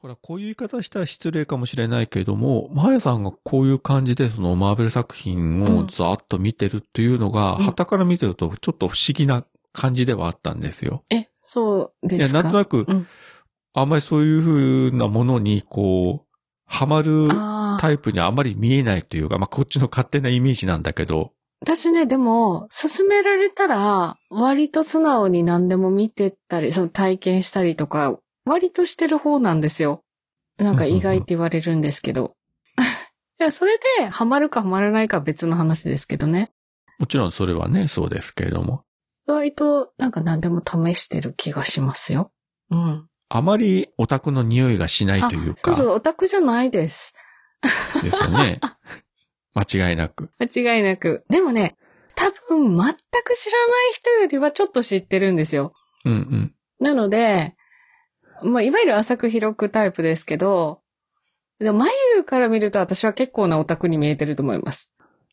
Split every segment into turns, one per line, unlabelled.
からこういう言い方したら失礼かもしれないけれども、マヤさんがこういう感じでそのマーベル作品をざーっと見てるっていうのが、
うん
旗から見てるとちょっと不思議な感じではあったんですよ。
え、そう
い
で
や、
すか
なんとなく、
うん
あんまりそういうふうなものに、こう、ハマる
ああ。
タイプにあんまり見えないというか、まあ、こっちの勝手なイメージなんだけど、
私ね、でも、勧められたら、割と素直に何でも見てったり、その体験したりとか、割としてる方なんですよ。なんか意外って言われるんですけど。 いや、それで、ハマるかハマらないかは別の話ですけどね。
もちろんそれはね、そうですけれども、
割と、なんか何でも試してる気がしますよ。うん。
あまりオタクの匂いがしないという
そうそう、
か、
オタクじゃないです。
ですよ ね。間違いなく。
間違いなく。でもね、多分全く知らない人よりはちょっと知ってるんですよ。
うんうん。
なので、まあ、いわゆる浅く広くタイプですけど、でも眉から見ると私は結構なオタクに見えてると思います。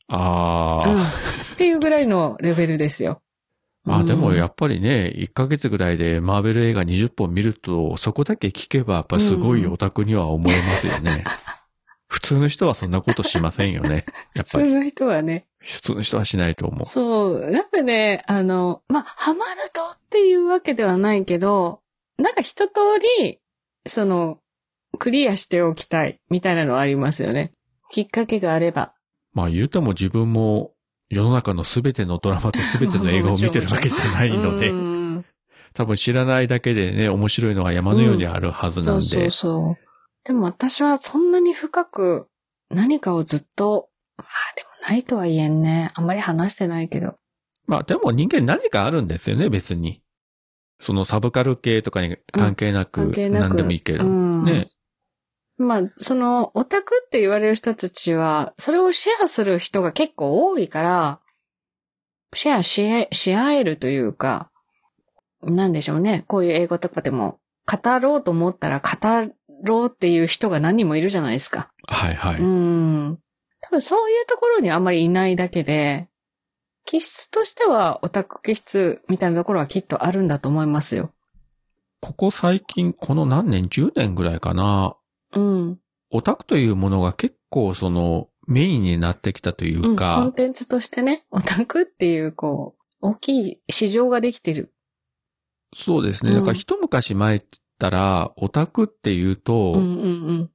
あ
うん、
ー。
っていうぐらいのレベルですよ。
まあでもや
っ
っぱりね、1ヶ月ぐらいでマーベル映画20本見ると、そこだけ聞けばやっぱすごいオタクには思えますよ ね。普通の人はそんなことしませんよね。やっぱ
普通
り
の人はね。
普通の人はしないと思う。
そう。なんでね、あの、まあ、ハマるとっていうわけではないけど、なんか一通り、その、クリアしておきたいみたいなのはありますよね。きっかけがあれば。
まあ言うても自分も世の中の全てのドラマと全ての映画を見てるわけじゃないので
う、ん
多分知らないだけでね、面白いのが山のようにあるはずな
そ
ん
う
で。
そうそう。でも私はそんなに深く何かをずっと、まあでもないとは言えんね。あんまり話してないけど。
まあでも人間何かあるんですよね、別に。そのサブカル系とかに関係なく、
関係なく。
何でもいいけど。
うん、
ね。
まあ、その、オタクって言われる人たちは、それをシェアする人が結構多いから、シェアしえ、し合えるというか、なんでしょうね。こういう英語とかでも、語ろうと思ったら語ろうっていう人が何人もいるじゃないですか。
はいはい。
うん。多分そういうところにあんまりいないだけで、気質としてはオタク気質みたいなところはきっとあるんだと思いますよ。
ここ最近、この何年、10年ぐらいかな、
うん。
オタクというものが結構そのメインになってきたとい
うん
う
コン
か、
テンツとしてね、オタクっていう、こう、大きい市場ができてる。
そうですね。
うん
だから一昔前って言ったら、オタクっていうと、
うんうんうん。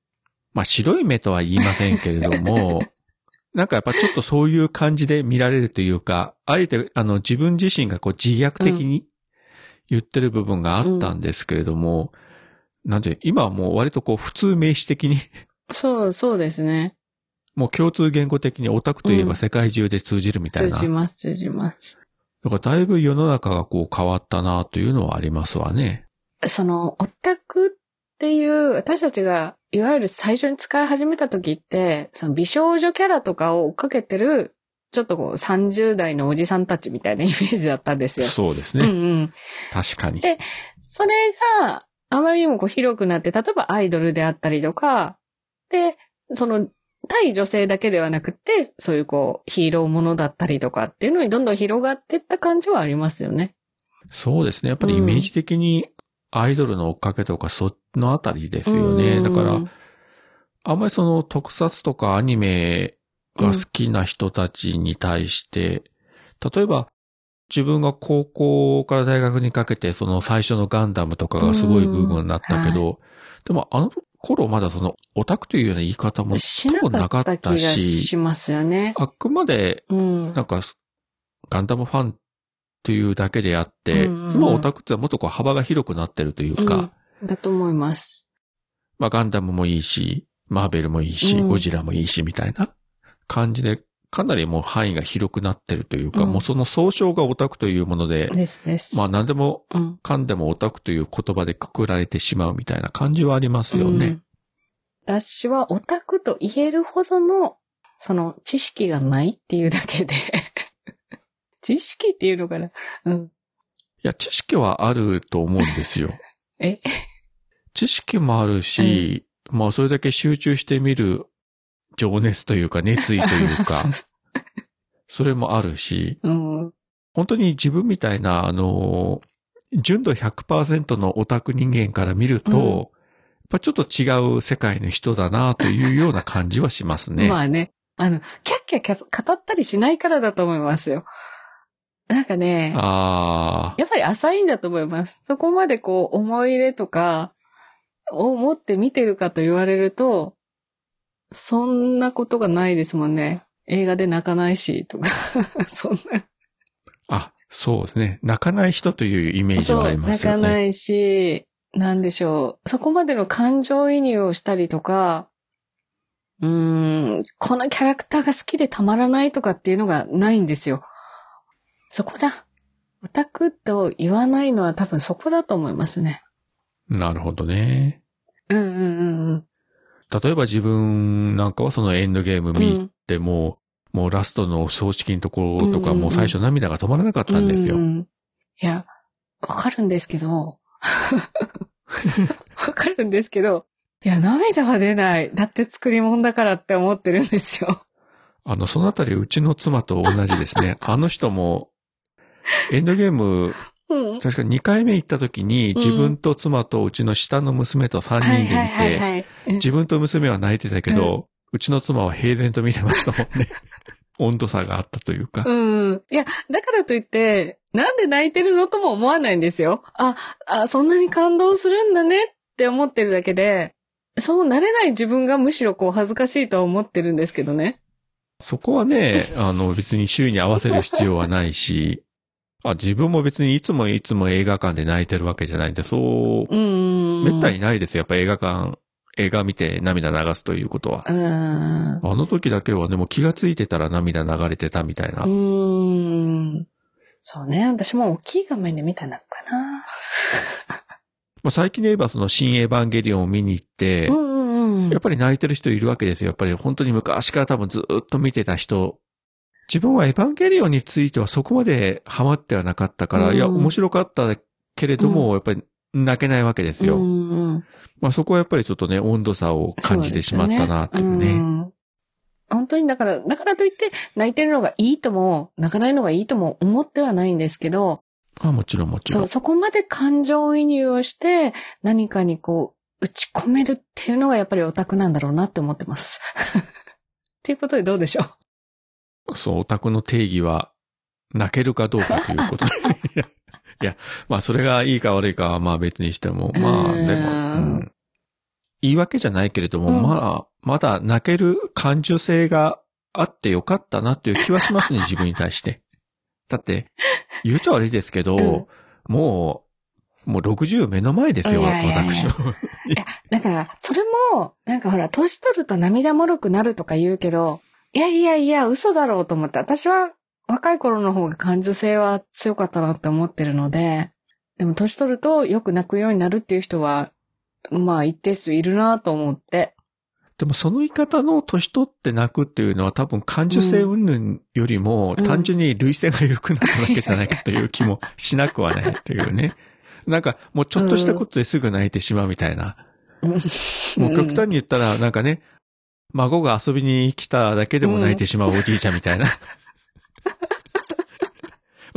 まあ白い目とは言いませんけれど も、なんかやっぱちょっとそういう感じで見られるというか、あえてあの自分自身がこう自虐的に言ってる部分があったんですけれども、なんで今はもう割とこう普通名詞的に
そう、そうですね。
もう共通言語的にオタクといえば世界中で通じるみたい
通
な。
じます、通じます。
だからだいぶ世の中がこう変わったなというのはありますわね。
その、オタクっていう、私たちが、いわゆる最初に使い始めた時って、その美少女キャラとかを追っかけてる、ちょっとこう、30代のおじさんたちみたいなイメージだったんですよ。
そうです
うんうん。
確かに
でそれが、あまりにもこう広くなって、例えばアイドルであったりとか、で、その、対女性だけではなくて、そういうこう、ヒーローものだったりとかっていうのにどんどん広がっていった感じはありますよね。
そうですね。やっぱりイメージ的にアイドルの追っかけとかそのあたりですよね。
うん
だから、あんまりその特撮とかアニメが好きな人たちに対して、例えば自分が高校から大学にかけてその最初のガンダムとかがすごいブームになったけど、でもあの頃まだそのオタクというような言い方も
し
多
な
分な
か
か
っ
ったた
気が
し
し、ますよね。
あくまで
うん。
なんかガンダムファンというだけであって、
うんうんうん
今オタクってもっとこう幅が広くなってるというか、
うんだと思います。
まあ、ガンダムもいいし、マーベルもいいし、
うん
ゴジラもいいし、みたいな感じで、かなりもう範囲が広くなってるというか、
うん
もうその総称がオタクというもので、
ですです。
まあ何でも
うん。
かんでもオタクという言葉でくくられてしまうみたいな感じはありますよ
う
ね
ん。私はオタクと言えるほどの、その知識がないっていうだけで。 知識っていうのかなうん。
いや、知識はあると思うんですよ。
え、
知識もあるし、まあそれだけ集中してみる情熱というか熱意というか それもあるし、
うん。
本当に自分みたいな、あの、純度100%のオタク人間から見ると、やっぱまあ、ちょっと違う世界の人だなというような感じはしますね。
まあね。あの、キャッキャキャ語ったりしないからだと思いますよ。なんかね、
ああ。
やっぱり浅いんだと思います。そこまでこう、思い入れとか、を持って見てるかと言われると、そんなことがないですもんね。映画で泣かないし、とか、 そんな。
あ、そうですね。泣かない人というイメージ
そう、
はありますよ
泣かな
ね。
いし、なんでしょう。そこまでの感情移入をしたりとか、うーん、このキャラクターが好きでたまらないとかっていうのがないんですよ。そこだ。オタクと言わないのは多分そこだと思いますね。
なるほどね。
うんうんうんうん。
例えば自分なんかはそのエンドゲーム
う
見
ん
ても、もうラストの正直のところと
うんうんう
か、
ん
もう最初涙が止まらなかったんですよ
う。んいや、わかるんです けど。わかるんですけど。いや、涙は出ない。だって作り物だからって思ってるんですよ。
あの、そのあたりうちの妻と同じですね。あの人も、エンドゲーム、
うん。
確か2回目行った時に、
ん
自分と妻とうちの下の娘と3人で見て、
い。うん
自分と娘は泣いてたけど、うちの妻は平然と見てましたもん ね。温度差があったというか。
うん。いや、だからといって、なんで泣いてるのとも思わないんですよ。あ、あ、そんなに感動するんだねって思ってるだけで、そうなれない自分がむしろこう恥ずかしいとは思ってるんですけどね。
そこはね、あの別に周囲に合わせる必要はないし、あ、自分も別にいつもいつも映画館で泣いてるわけじゃないんで、そうう、
ん。
めったに。ないですよ。やっぱ映画館、映画見て涙流すということは
う。ん。
あの時だけはでも気がついてたら涙流れてたみたいうな。
ーん。そうね。私も大きい画面で見たのかな。
まあ、最近で言えばその新エヴァンゲリオンを見に行って、
うんうんうん。
やっぱり泣いてる人いるわけですよ。やっぱり本当に昔から多分ずっと見てた人。自分はエヴァンゲリオンについてはそこまでハマってはなかったから、
うん
いや、面白かったけれども、やっぱり泣けないわけですよ。
うんうん
まあそこはやっぱりちょっとね、温度差を感じてしまったなっていうね。
ん本当にだから、だからといって泣いてるのがいいとも、泣かないのがいいとも思ってはないんですけど、
あもちろんもちろ
そ
ん
う、。そこまで感情移入をして何かにこう打ち込めるっていうのがやっぱりオタクなんだろうなって思ってます。 っていうことでどうでしょう
そう、オタクの定義は、泣けるかどうかという こと。いやいや、まあそれがいいか悪いかはまあ別にしても、まあ
うん
でも、うん言い訳じゃないけれども、
うん
まあ、まだ泣ける感受性があってよかったなという気はしますね、自分に対 して。だって、言うと悪いですけど、
うん
もう、もう60目の前ですよ、
いやいやいや
私は。
だから、それも、なんかほら、年取ると涙もろくなるとか言うけど、いやいやいや、嘘だろうと思って、私は若い頃の方が感受性は強かったなって思ってるので、でも年取るとよく泣くようになるっていう人は、まあ一定数いるなと思って。
でもその言い方の年取って泣くっていうのは多分感受性云々よりも
うん
単純に類性が緩くなっただけじゃないかという気もしなくはないという ね。なんかもうちょっとしたことですぐ泣いてしまうみたいな。
もう
もう極端に言ったらなんかね、孫が遊びに来ただけでも泣いてしまうおじいちゃんみたい な。ま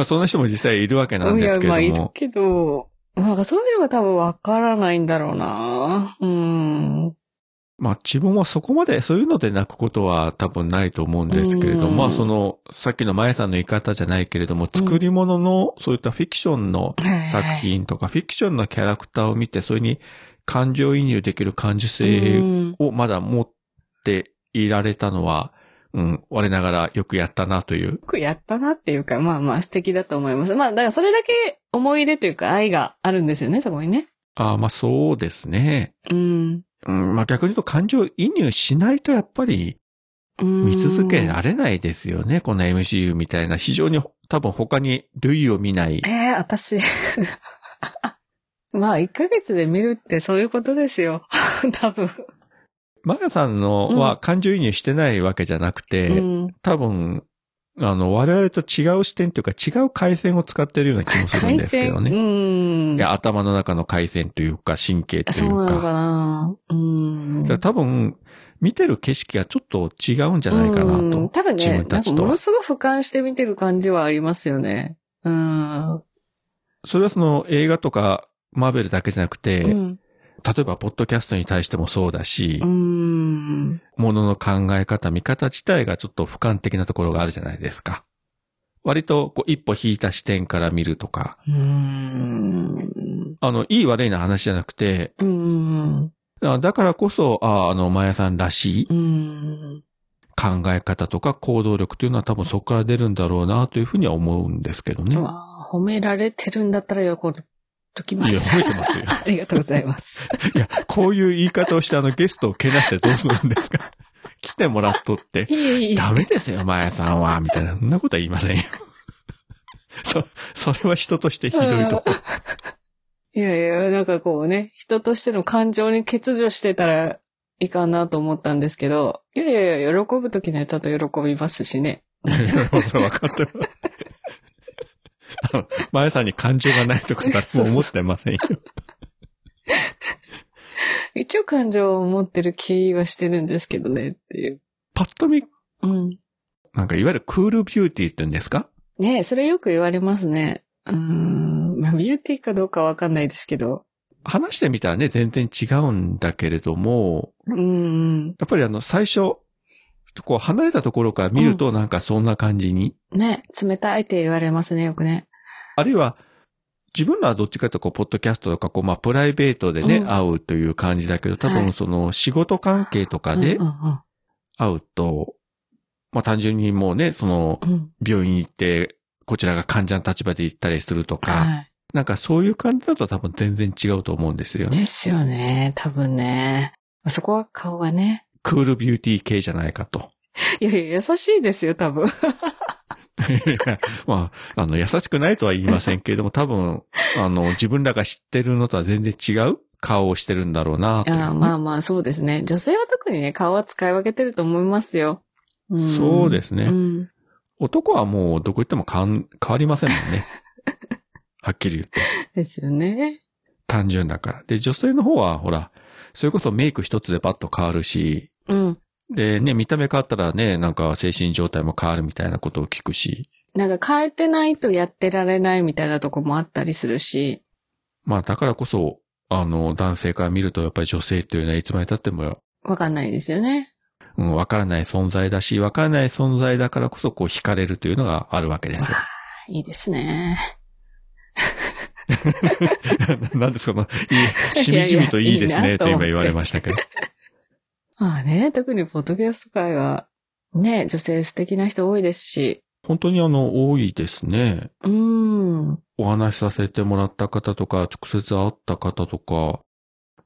あそんな人も実際いるわけなんですけ
いや、まあ
れ
い
ど
る
も。
けど、なんかそういうのが多分わからないんだろうなうん。
まあ自分はそこまでそういうので泣くことは多分ないと思うんですけれど
うん
も、まあその、さっきのまやさんの言い方じゃないけれども、作り物のそういったフィクションの作品とか、フィクションのキャラクターを見て、それに感情移入できる感受
う
性
ん
をまだ持っていられたのは、うん、我ながらよくやったなという
よ。くやったなっていうか、まあまあ素敵だと思います。まあだからそれだけ思い入れというか愛があるんですよね、そこにね。
ああ、まあそうですね。
うん。
うん、まあ逆に言うと感情移入しないとやっぱり、
うん
見続けられないですよね。この MCU みたいな、非常に多分他に類を見ない。
ええ私。 まあ1ヶ月で見るってそういうことですよ。 多分。
マヤさんの
う
は感情移入してないわけじゃなくて、
うん。
多分、あの、我々と違う視点というか違う回線を使ってるような気もするんですけど
う
ね。
ん。
いや、頭の中の回線というか神経とい
そう
う
なの
か。
かなうん。
だから多分、見てる景色がちょっと違うんじゃないかなと。
うん多分
自
ね、
分
な
た
んか
ちと
も
は
の。すごく俯瞰して見てる感じはありますよね。うん。
それはその映画とかマーベルだけじゃなくて、
うん
例えば、ポッドキャストに対してもそうだし
う、ん。
ものの考え方、見方自体がちょっと俯瞰的なところがあるじゃないですか。割と、こう、一歩引いた視点から見るとか、
うーん。
あの、いい悪いな話じゃなくて、
うーん。
あだからこそ、ああの、マヤさんらしいう
ーん。
考え方とか行動力というのは多分そこから出るんだろうなというふうには思うんですけどね。
うわー褒められてるんだったら喜んとき
い
ま
や、
す。
褒めてますよ。
ありがとうございます。
いや、こういう言い方をしてあのゲストをけなしてどうするんですか 来てもらっとって。
いえいえ。
ダメですよ、マヤさんは。みたいな。そんなことは言いませんよ。 そ、それは人としてひどいとこ。
いやいや、なんかこうね、人としての感情に欠如してたらいいかなと思ったんですけど、いやいやいや、喜ぶときにはちょっと喜びますしね。
いやいや分かってます。あのマヤさんに感情がないとか誰も思ってませんよ。
一応感情を持ってる気はしてるんですけどね、っていう。
パッと見、
うん。
なんかいわゆるクールビューティーって言うんですか
ねえそれよく言われますね。うーん。まあ、ビューティーかどうかわかんないですけど。
話してみたらね、全然違うんだけれども、
うーん。
やっぱりあの、最初、こう離れたところから見るとなんかそんな感じに、
ね、冷たいって言われますね、よくね。
あるいは、自分らはどっちかというとこう、ポッドキャストとか、こう、まあ、プライベートでね、
うん
会うという感じだけど、多
は
分
い
その、仕事関係とかで
うんうん
会うと、まあ、単純にもうね、その
う、んうん。
病院行って、こちらが患者の立場で行ったりするとか、
はい。
なんかそういう感じだと多分全然違うと思うんですよ
で
ね。
すよね、多分ね。そこは顔がね。
クールビューティー系じゃないかと。
いやいや、優しいですよ、多分。
いやまあ、あの、優しくないとは言いませんけれども、多分、あの、自分らが知ってるのとは全然違う顔をしてるんだろうなというね、
あまあまあ、そうですね。女性は特にね、顔は使い分けてると思いますよ。ん
そうですね
うん。
男はもう、どこ行っても変わん変わりませんもん ね。はっきり言って。
ですよね。
単純だから。で、女性の方は、ほら、それこそメイク一つでパッと変わるし、
うん。
で、ね、見た目変わったらね、なんか精神状態も変わるみたいなことを聞くし、
なんか変えてないとやってられないみたいなとこもあったりするし。
まあ、だからこそ、あの、男性から見ると、やっぱり女性というのはいつまで経っても
わかんないですよね。
うん、わからない存在だし、わからない存在だからこそ、こう、惹かれるというのがあるわけですよ。
いいですね。
なんですか、まあ、 いい、しみじみといいです
いやいやい
ね、
いなと
と
思っ
今
て
言われましたけど。
まあね、特にポッドキャスト界は、ね、女性素敵な人多いですし。
本当にあの、多いですね。
うーん。
お話しさせてもらった方とか、直接会った方とか、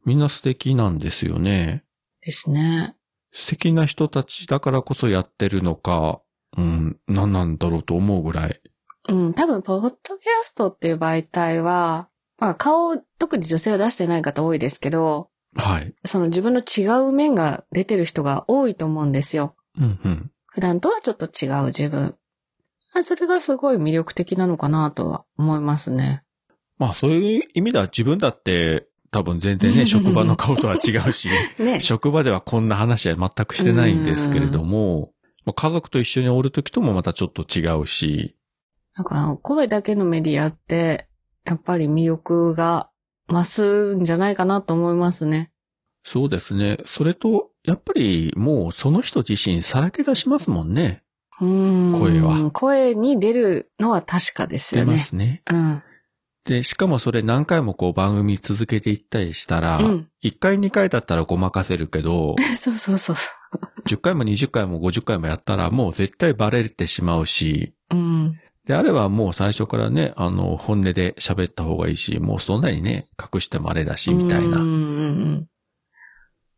みんな素敵なんですよね。
ですね。
素敵な人たちだからこそやってるのか、うん、何なんだろうと思うぐらい。
うん、多分、ポッドキャストっていう媒体は、まあ、顔を、特に女性は出してない方多いですけど、
はい。
その自分の違う面が出てる人が多いと思うんですよ。
うん、うん。
普段とはちょっと違う自分。あそれがすごい魅力的なのかなとは思いますね。
まあ、そういう意味では自分だって、多分全 然ね、職場の顔とは違うし。
ね。
職場ではこんな話は全くしてないんですけれども、まあ家族と一緒におるときともまたちょっと違うし、
なんかあの、声だけのメディアって、やっぱり魅力が増すんじゃないかなと思いますね。
そうですね。それと、やっぱりもうその人自身さらけ出しますもんね。
うーん。
声は。
声に出るのは確かです
出
よ
ま
ね。
すね。
うん。
で、しかもそれ何回もこう番組続けていったりしたら、
うん。
1回2回だったらごまかせるけど、
そうそうそうそ
10回も20回も50回もやったらもう絶対バレてしまうし、
う。うん。
であればもう最初からね、あの、本音で喋った方がいいし、もうそんなにね、隠してもあれだし、みたいな。
うんうんうん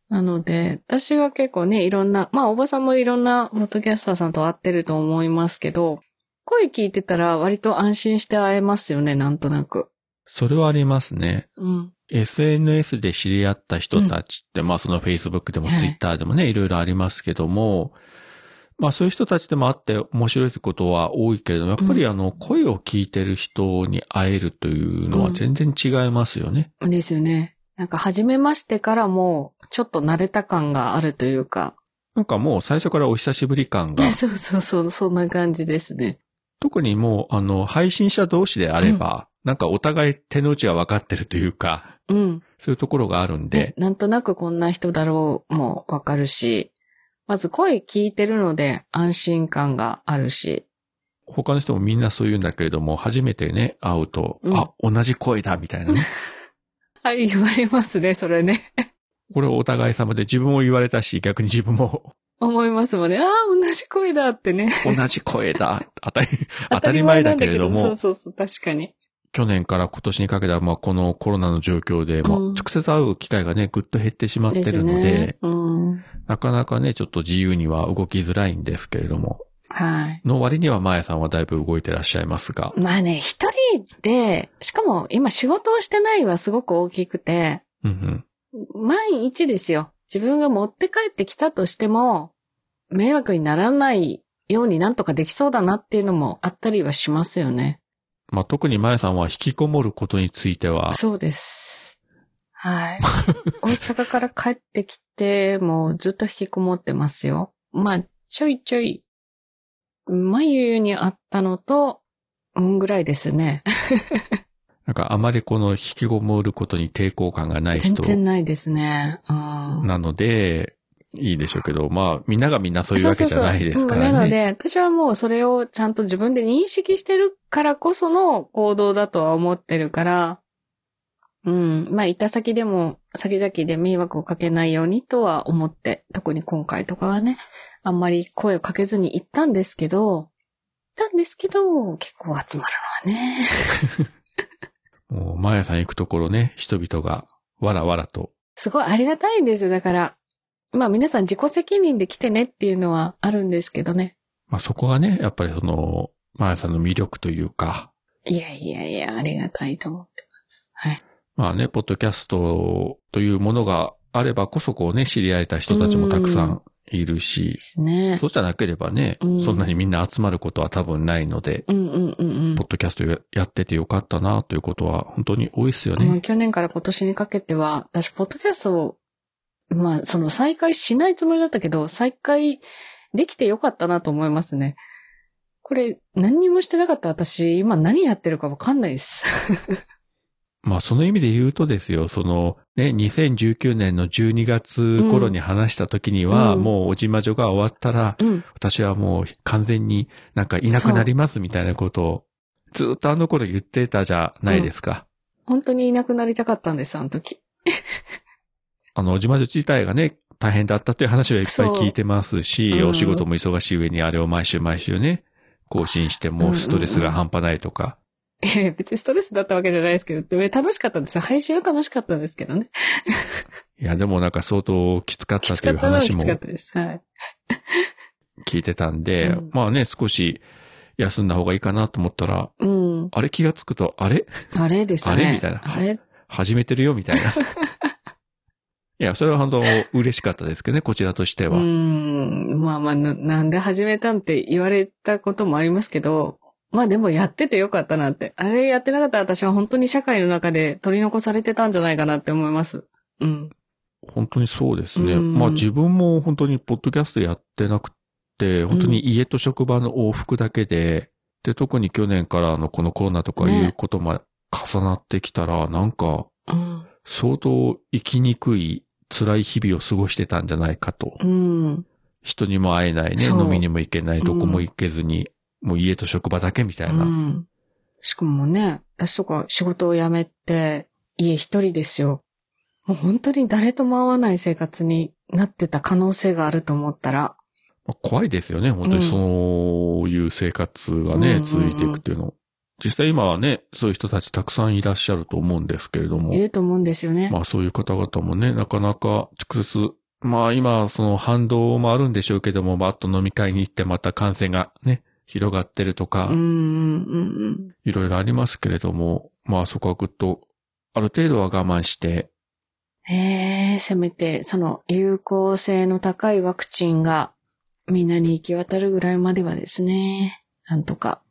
なので、私は結構ね、いろんな、まあ、おばさんもいろんなポッドキャスターさんと会ってると思いますけど、声聞いてたら割と安心して会えますよね、なんとなく。
それはありますね。
うん。
SNS で知り合った人たちって、まあその Facebook でも
はい
Twitter でもね、いろいろありますけども、まあそういう人たちでもあって面白いことは多いけれども、やっぱりあの、声を聞いてる人に会えるというのは全然違いますよね。
ですよね。なんか、初めましてからも、ちょっと慣れた感があるというか。、
なんかもう最初からお久しぶり感が
そうそうそう、そんな感じですね。
特にもうあの、配信者同士であれば、なんかお互い手の内は分かってるというか、
うん。
そういうところがあるんで
ね、なんとなくこんな人だろうもわかるし、まず声聞いてるので安心感があるし、
他の人もみんなそう言うんだけれども、初めてね、会うと、
うん
あ、同じ声だ、みたいなね。
はい、言われますね、それね。
これはお互い様で自分も言われたし、逆に自分 も
思いますもんね。ああ、同じ声だってね。
同じ声だ。当 たり、 当たり前だけれども、
当たり前なんだけそうそうそう、確かに。
去年から今年にかけては、まあこのコロナの状況で、まあ
うん
直接会う機会がね、ぐっと減ってしまってるので、
ね。うん。
なかなかね、ちょっと自由には動きづらいんですけれども、
はい。
の割にはまやさんはだいぶ動いてらっしゃいますが、
まあね、一人で、しかも今仕事をしてないはすごく大きくて、
うんうん。
万一ですよ。自分が持って帰ってきたとしても、迷惑にならないようになんとかできそうだなっていうのもあったりはしますよね。
まあ特にまやさんは引きこもることについては、
そうです。はい。大阪から帰ってきて、もうずっと引きこもってますよ。まあ、ちょいちょい、眉にあったのと、うんぐらいですね。
なんかあまりこの引きこもることに抵抗感がない
全
人
然ないですね。うん。
なので、いいでしょうけど、まあみんながみんなそういうわけじゃないですからね。
そうそうそううんなので、私はもうそれをちゃんと自分で認識してるからこその行動だとは思ってるから、うん。まあ、行った先でも、先々で迷惑をかけないようにとは思って、特に今回とかはね、あんまり声をかけずに行ったんですけど、行ったんですけど、結構集まるのはね。
もう、マヤさん行くところね、人々が、わらわらと。
すごいありがたいんですよ。だから、まあ皆さん自己責任で来てねっていうのはあるんですけどね。
まあ、そこがね、やっぱりその、マヤさんの魅力というか、
いやいやいや、ありがたいと思ってます。はい。
まあね、ポッドキャストというものがあればこそこうね、知り合えた人たちもたくさんいるし
で、すね。
そうじゃなければね、
うん
そんなにみんな集まることは多分ないので、
うんうんうんうん
ポッドキャストやっててよかったなということは本当に多いですよ
うん。
ね。
去年から今年にかけては、私、ポッドキャストを、まあ、その再開しないつもりだったけど、再開できてよかったなと思いますね。これ、何にもしてなかった私、今何やってるかわかんないです。
まあその意味で言うとですよ、そのね、2019年の12月頃に話した時には、
うん
もうおじまじょが終わったら、
うん。
私はもう完全になんかいなくなりますみたいなことを、ずっとあの頃言ってたじゃないですか。
本当にいなくなりたかったんです、あの時。
あの、おじまじょ自体がね、大変だったという話はいっぱい聞いてますし、
そううん
お仕事も忙しい上にあれを毎週毎週ね、更新して
うんうんう
も
ん
ストレスが半端ないとか、
いやいや別にストレスだったわけじゃないですけど、でも楽しかったんですよ。配信は楽しかったんですけどね。
いや、でもなんか相当きつかった
き
っ
つ
ていう
かったのは
話
き
も
つかったです。はい。
聞いてたんで、
うん
まあね、少し休んだ方がいいかなと思ったら、
うん。
あれ気がつくと、あれ
あれでしたね。
あれみたいな
あれ
始めてるよみたい な。いや、それは本当嬉しかったですけどね、こちらとしては。
うーん。まあまあな、なんで始めたんって言われたこともありますけど、まあでもやっててよかったなって。あれやってなかったら私は本当に社会の中で取り残されてたんじゃないかなって思います。うん。
本当にそうですね。
うん
まあ自分も本当にポッドキャストやってなくて、本当に家と職場の往復だけで、で、特に去年からのこのコロナとかいうことも重なってきたら、なんか
うん。
相当生きにくい辛い日々を過ごしてたんじゃないかと。
うん。
人にも会えないね、
そう
飲みにも行けない、どこも行けずに、もう家と職場だけみたいな。
うん。しかもね、私とか仕事を辞めて、家一人ですよ。もう本当に誰とも会わない生活になってた可能性があると思ったら、
まあ怖いですよね、本当に
うん
そういう生活が
うんうんう
ね、
ん
続いていくっていうの。実際今はね、そういう人たちたくさんいらっしゃると思うんですけれど
い
も、
ると思うんですよね。
まあそういう方々もね、なかなか直接、まあ今その反動もあるんでしょうけども、バッと飲み会に行ってまた感染がね、広がってるとか、
うんうんうんうん。
いろいろありますけれども、まあそこはぐっと、ある程度は我慢して、
ええせめて、その、有効性の高いワクチンが、みんなに行き渡るぐらいまではですね。なんとか。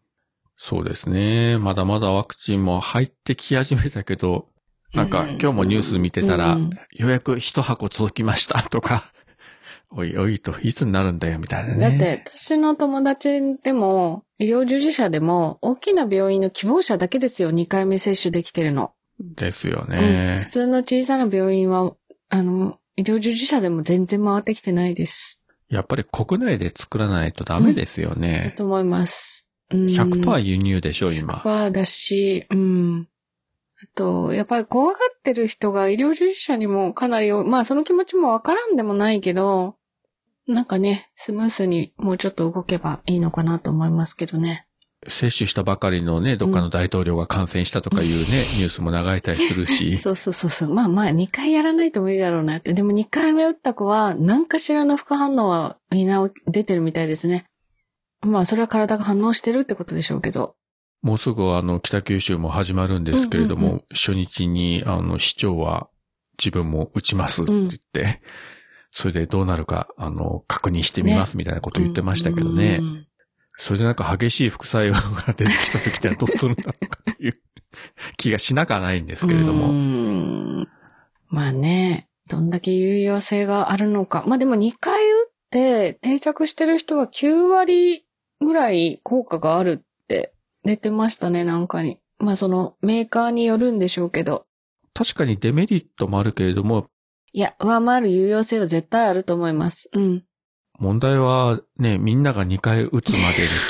そうですね。まだまだワクチンも入ってき始めたけど、なんか今日もニュース見てたら、
う
よ
ん
うやく一箱届きましたとか、 おいおいと、いつになるんだよみたいな
だっ
ね。
て、私の友達でも、医療従事者でも、大きな病院の希望者だけですよ、2回目接種できてるの。
ですよ
うん
ね
普。通の小さな病院は、あの、医療従事者でも全然回ってきてないです。
やっぱり国内で作らないとダメですよ
だ
ね。
と思います。うん、
100%輸入でしょ、今。
はだし、うん。あと、やっぱり怖がってる人が医療従事者にもかなり、まあその気持ちもわからんでもないけど、なんかね、スムースにもうちょっと動けばいいのかなと思いますけどね。
接種したばかりのね、どっかの大統領が感染したとかいうね、ニュースも流れたりする し。
そうそうそうそう。まあまあ2回やらないと無理だろうなって。でも2回目打った子は何かしらの副反応はみんな出てるみたいですね。まあそれは体が反応してるってことでしょうけど。
もうすぐあの、北九州も始まるんですけれども、
うんうん
初日にあの、市長は自分も打ちますって言って、それでどうなるか、あの、確認してみますみたいなこと言ってましたけどね。
うんうん
それでなんか激しい副作用が出てきた時ってどうするんだろうかっていう気がしなかないんですけれど
うー
も。
んまあね、どんだけ有用性があるのか。まあでも2回打って定着してる人は9割ぐらい効果があるって出てましたね、なんかに。まあそのメーカーによるんでしょうけど。
確かにデメリットもあるけれども、
いや、上回る有用性は絶対あると思います。うん。
問題はね、みんなが2回打つまで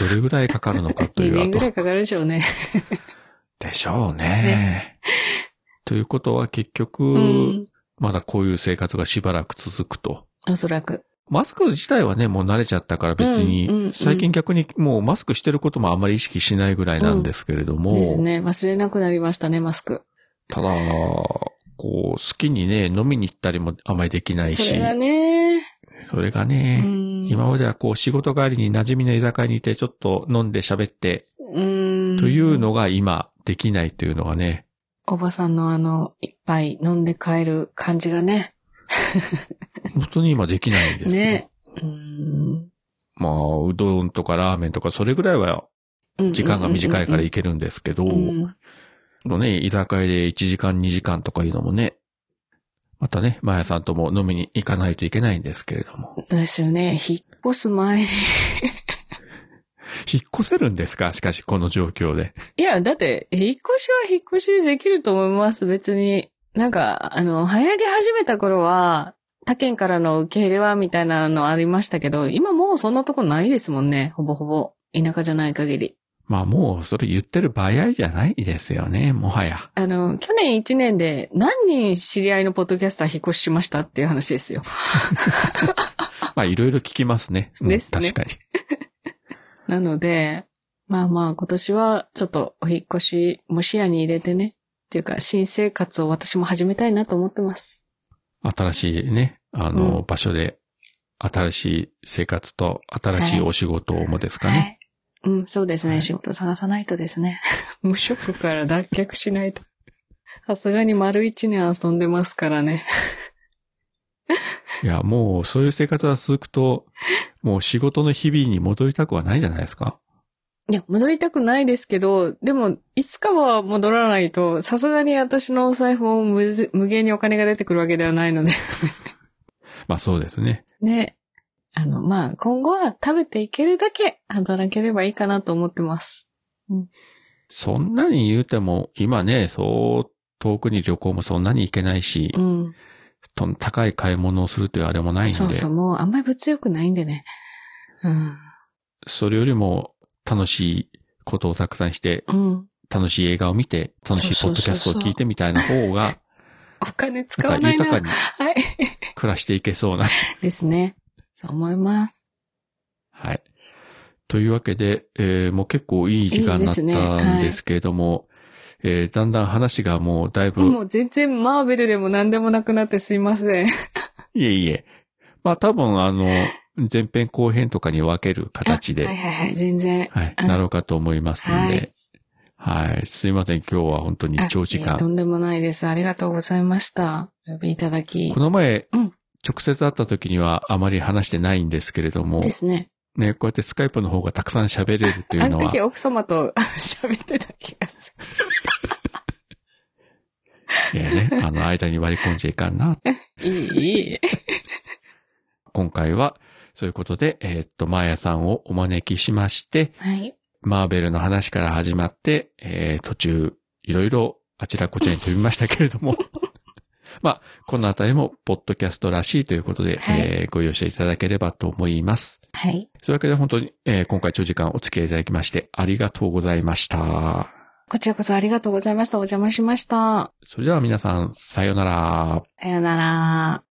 にどれぐらいかかるのかとい
2
う、あ
年
と
ぐらいかかるでしょうね。
でしょうね。ということは結局、
うん。
まだこういう生活がしばらく続くと。
おそらく。
マスク自体はね、もう慣れちゃったから別に、
うんうんうん
最近逆にもうマスクしてることもあんまり意識しないぐらいなんですけれども、
ですね。忘れなくなりましたね、マスク。
ただ、こう、好きにね、飲みに行ったりもあまりできないし、
そ
そ
れが
れ
ね。
が
う
ね、
ん。
今まではこう仕事帰りに馴染みの居酒屋にいてちょっと飲んで喋って、
うん。
というのが今できないというのがね、
おばさんのあの、一杯飲んで帰る感じがね。
本当に今できないんですよ。
ね。うーん。
まあ、うどんとかラーメンとかそれぐらいは時間が短いから
いい
行けるんですけど、
うん
のね、居酒屋で1時間2時間とかいうのもね、またね、まやさんとも飲みに行かないといけないんですけれども。
ですよね。引っ越す前に。
引っ越せるんですかしかし、この状況で。
いや、だって、引っ越しは引っ越しでできると思います、別に。なんか、あの、流行り始めた頃は、他県からの受け入れは、みたいなのありましたけど、今もうそんなとこないですもんね。ほぼほぼ。田舎じゃない限り。
まあもう、それ言ってる場合じゃないですよね、もはや。
あの、去年1年で何人知り合いのポッドキャスター引っ越ししましたっていう話ですよ。
まあいろいろ聞きますね。うん
ですね
確かに。
なので、まあまあ今年はちょっとお引っ越しも視野に入れてね、っていうか新生活を私も始めたいなと思ってます。
新しいね、あの、
うん
場所で、新しい生活と新しいお仕事もですかね。
はい。うん、そうですね。
はい
仕事探さないとですね。 無職から脱却しないと。 さすがに丸一年遊んでますからね。
いや、もうそういう生活が続くと、もう仕事の日々に戻りたくはないじゃないですか。
いや、戻りたくないですけど、でも、いつかは戻らないと、さすがに私のお財布も無ず無限にお金が出てくるわけではないので。
まあそうですね。
ね。あの、まあ、今後は食べていけるだけ働ければいいかなと思ってます。
そんなに言うても、今ね、そう、遠くに旅行もそんなに行けないし
う、ん。
と高い買い物をするというあれもないので、そ
そうそう、もうあんまり物欲ないんでね。うん。
れよりも楽しいことをたくさんして、
うん。
楽しい映画を見て、楽しいポ
そ
ッ
う
ド
そう
キ
そ
ャス
うそ
ト
う
を聞いてみたいな方が、
お金 使
な
わ
んか
ないな。
豊かに
はい。
暮らしていけそうな。
ですね。そう思います。
はい。というわけで、えーもう結構いい時間になったんですけれども、えーだんだん話がもうだいぶ、
もう全然マーベルでも何でもなくなってすいません。
いえいえ。まあ多分あの、前編後編とかに分ける形で、
あ
は
は
いい、
はいはい、全然。うん
なろうかと思いますんで、はい、すいません、今日は本当に
あ
長時
いえと
間。
んでもないです。ありがとうございました。お呼びいただき
こ。の前、
うん
直接会った時にはあまり話してないんですけれども、
ですね。
ね、こうやってスカイプの方がたくさん喋れるとい
あ
うの
の
は
時、奥様と 喋ってた気がする。
えーね、あの間に割り込んじゃいかんな。
いい、いい。
今回は、そういうことで、えーっと、マーヤさんをお招きしまして、
はい。
マーベルの話から始まって、えー途中、いろいろあちらこちらに飛びましたけれども、 まあ、このあたりも、ポッドキャストらしいということで、
はい
えーご容赦いただければと思います。
はい。
というわけで本当に、えー今回長時間お付き合いいただきまして、ありがとうございました。
こちらこそありがとうございました。お邪魔しました。
それでは皆さん、さようなら。
さよなら。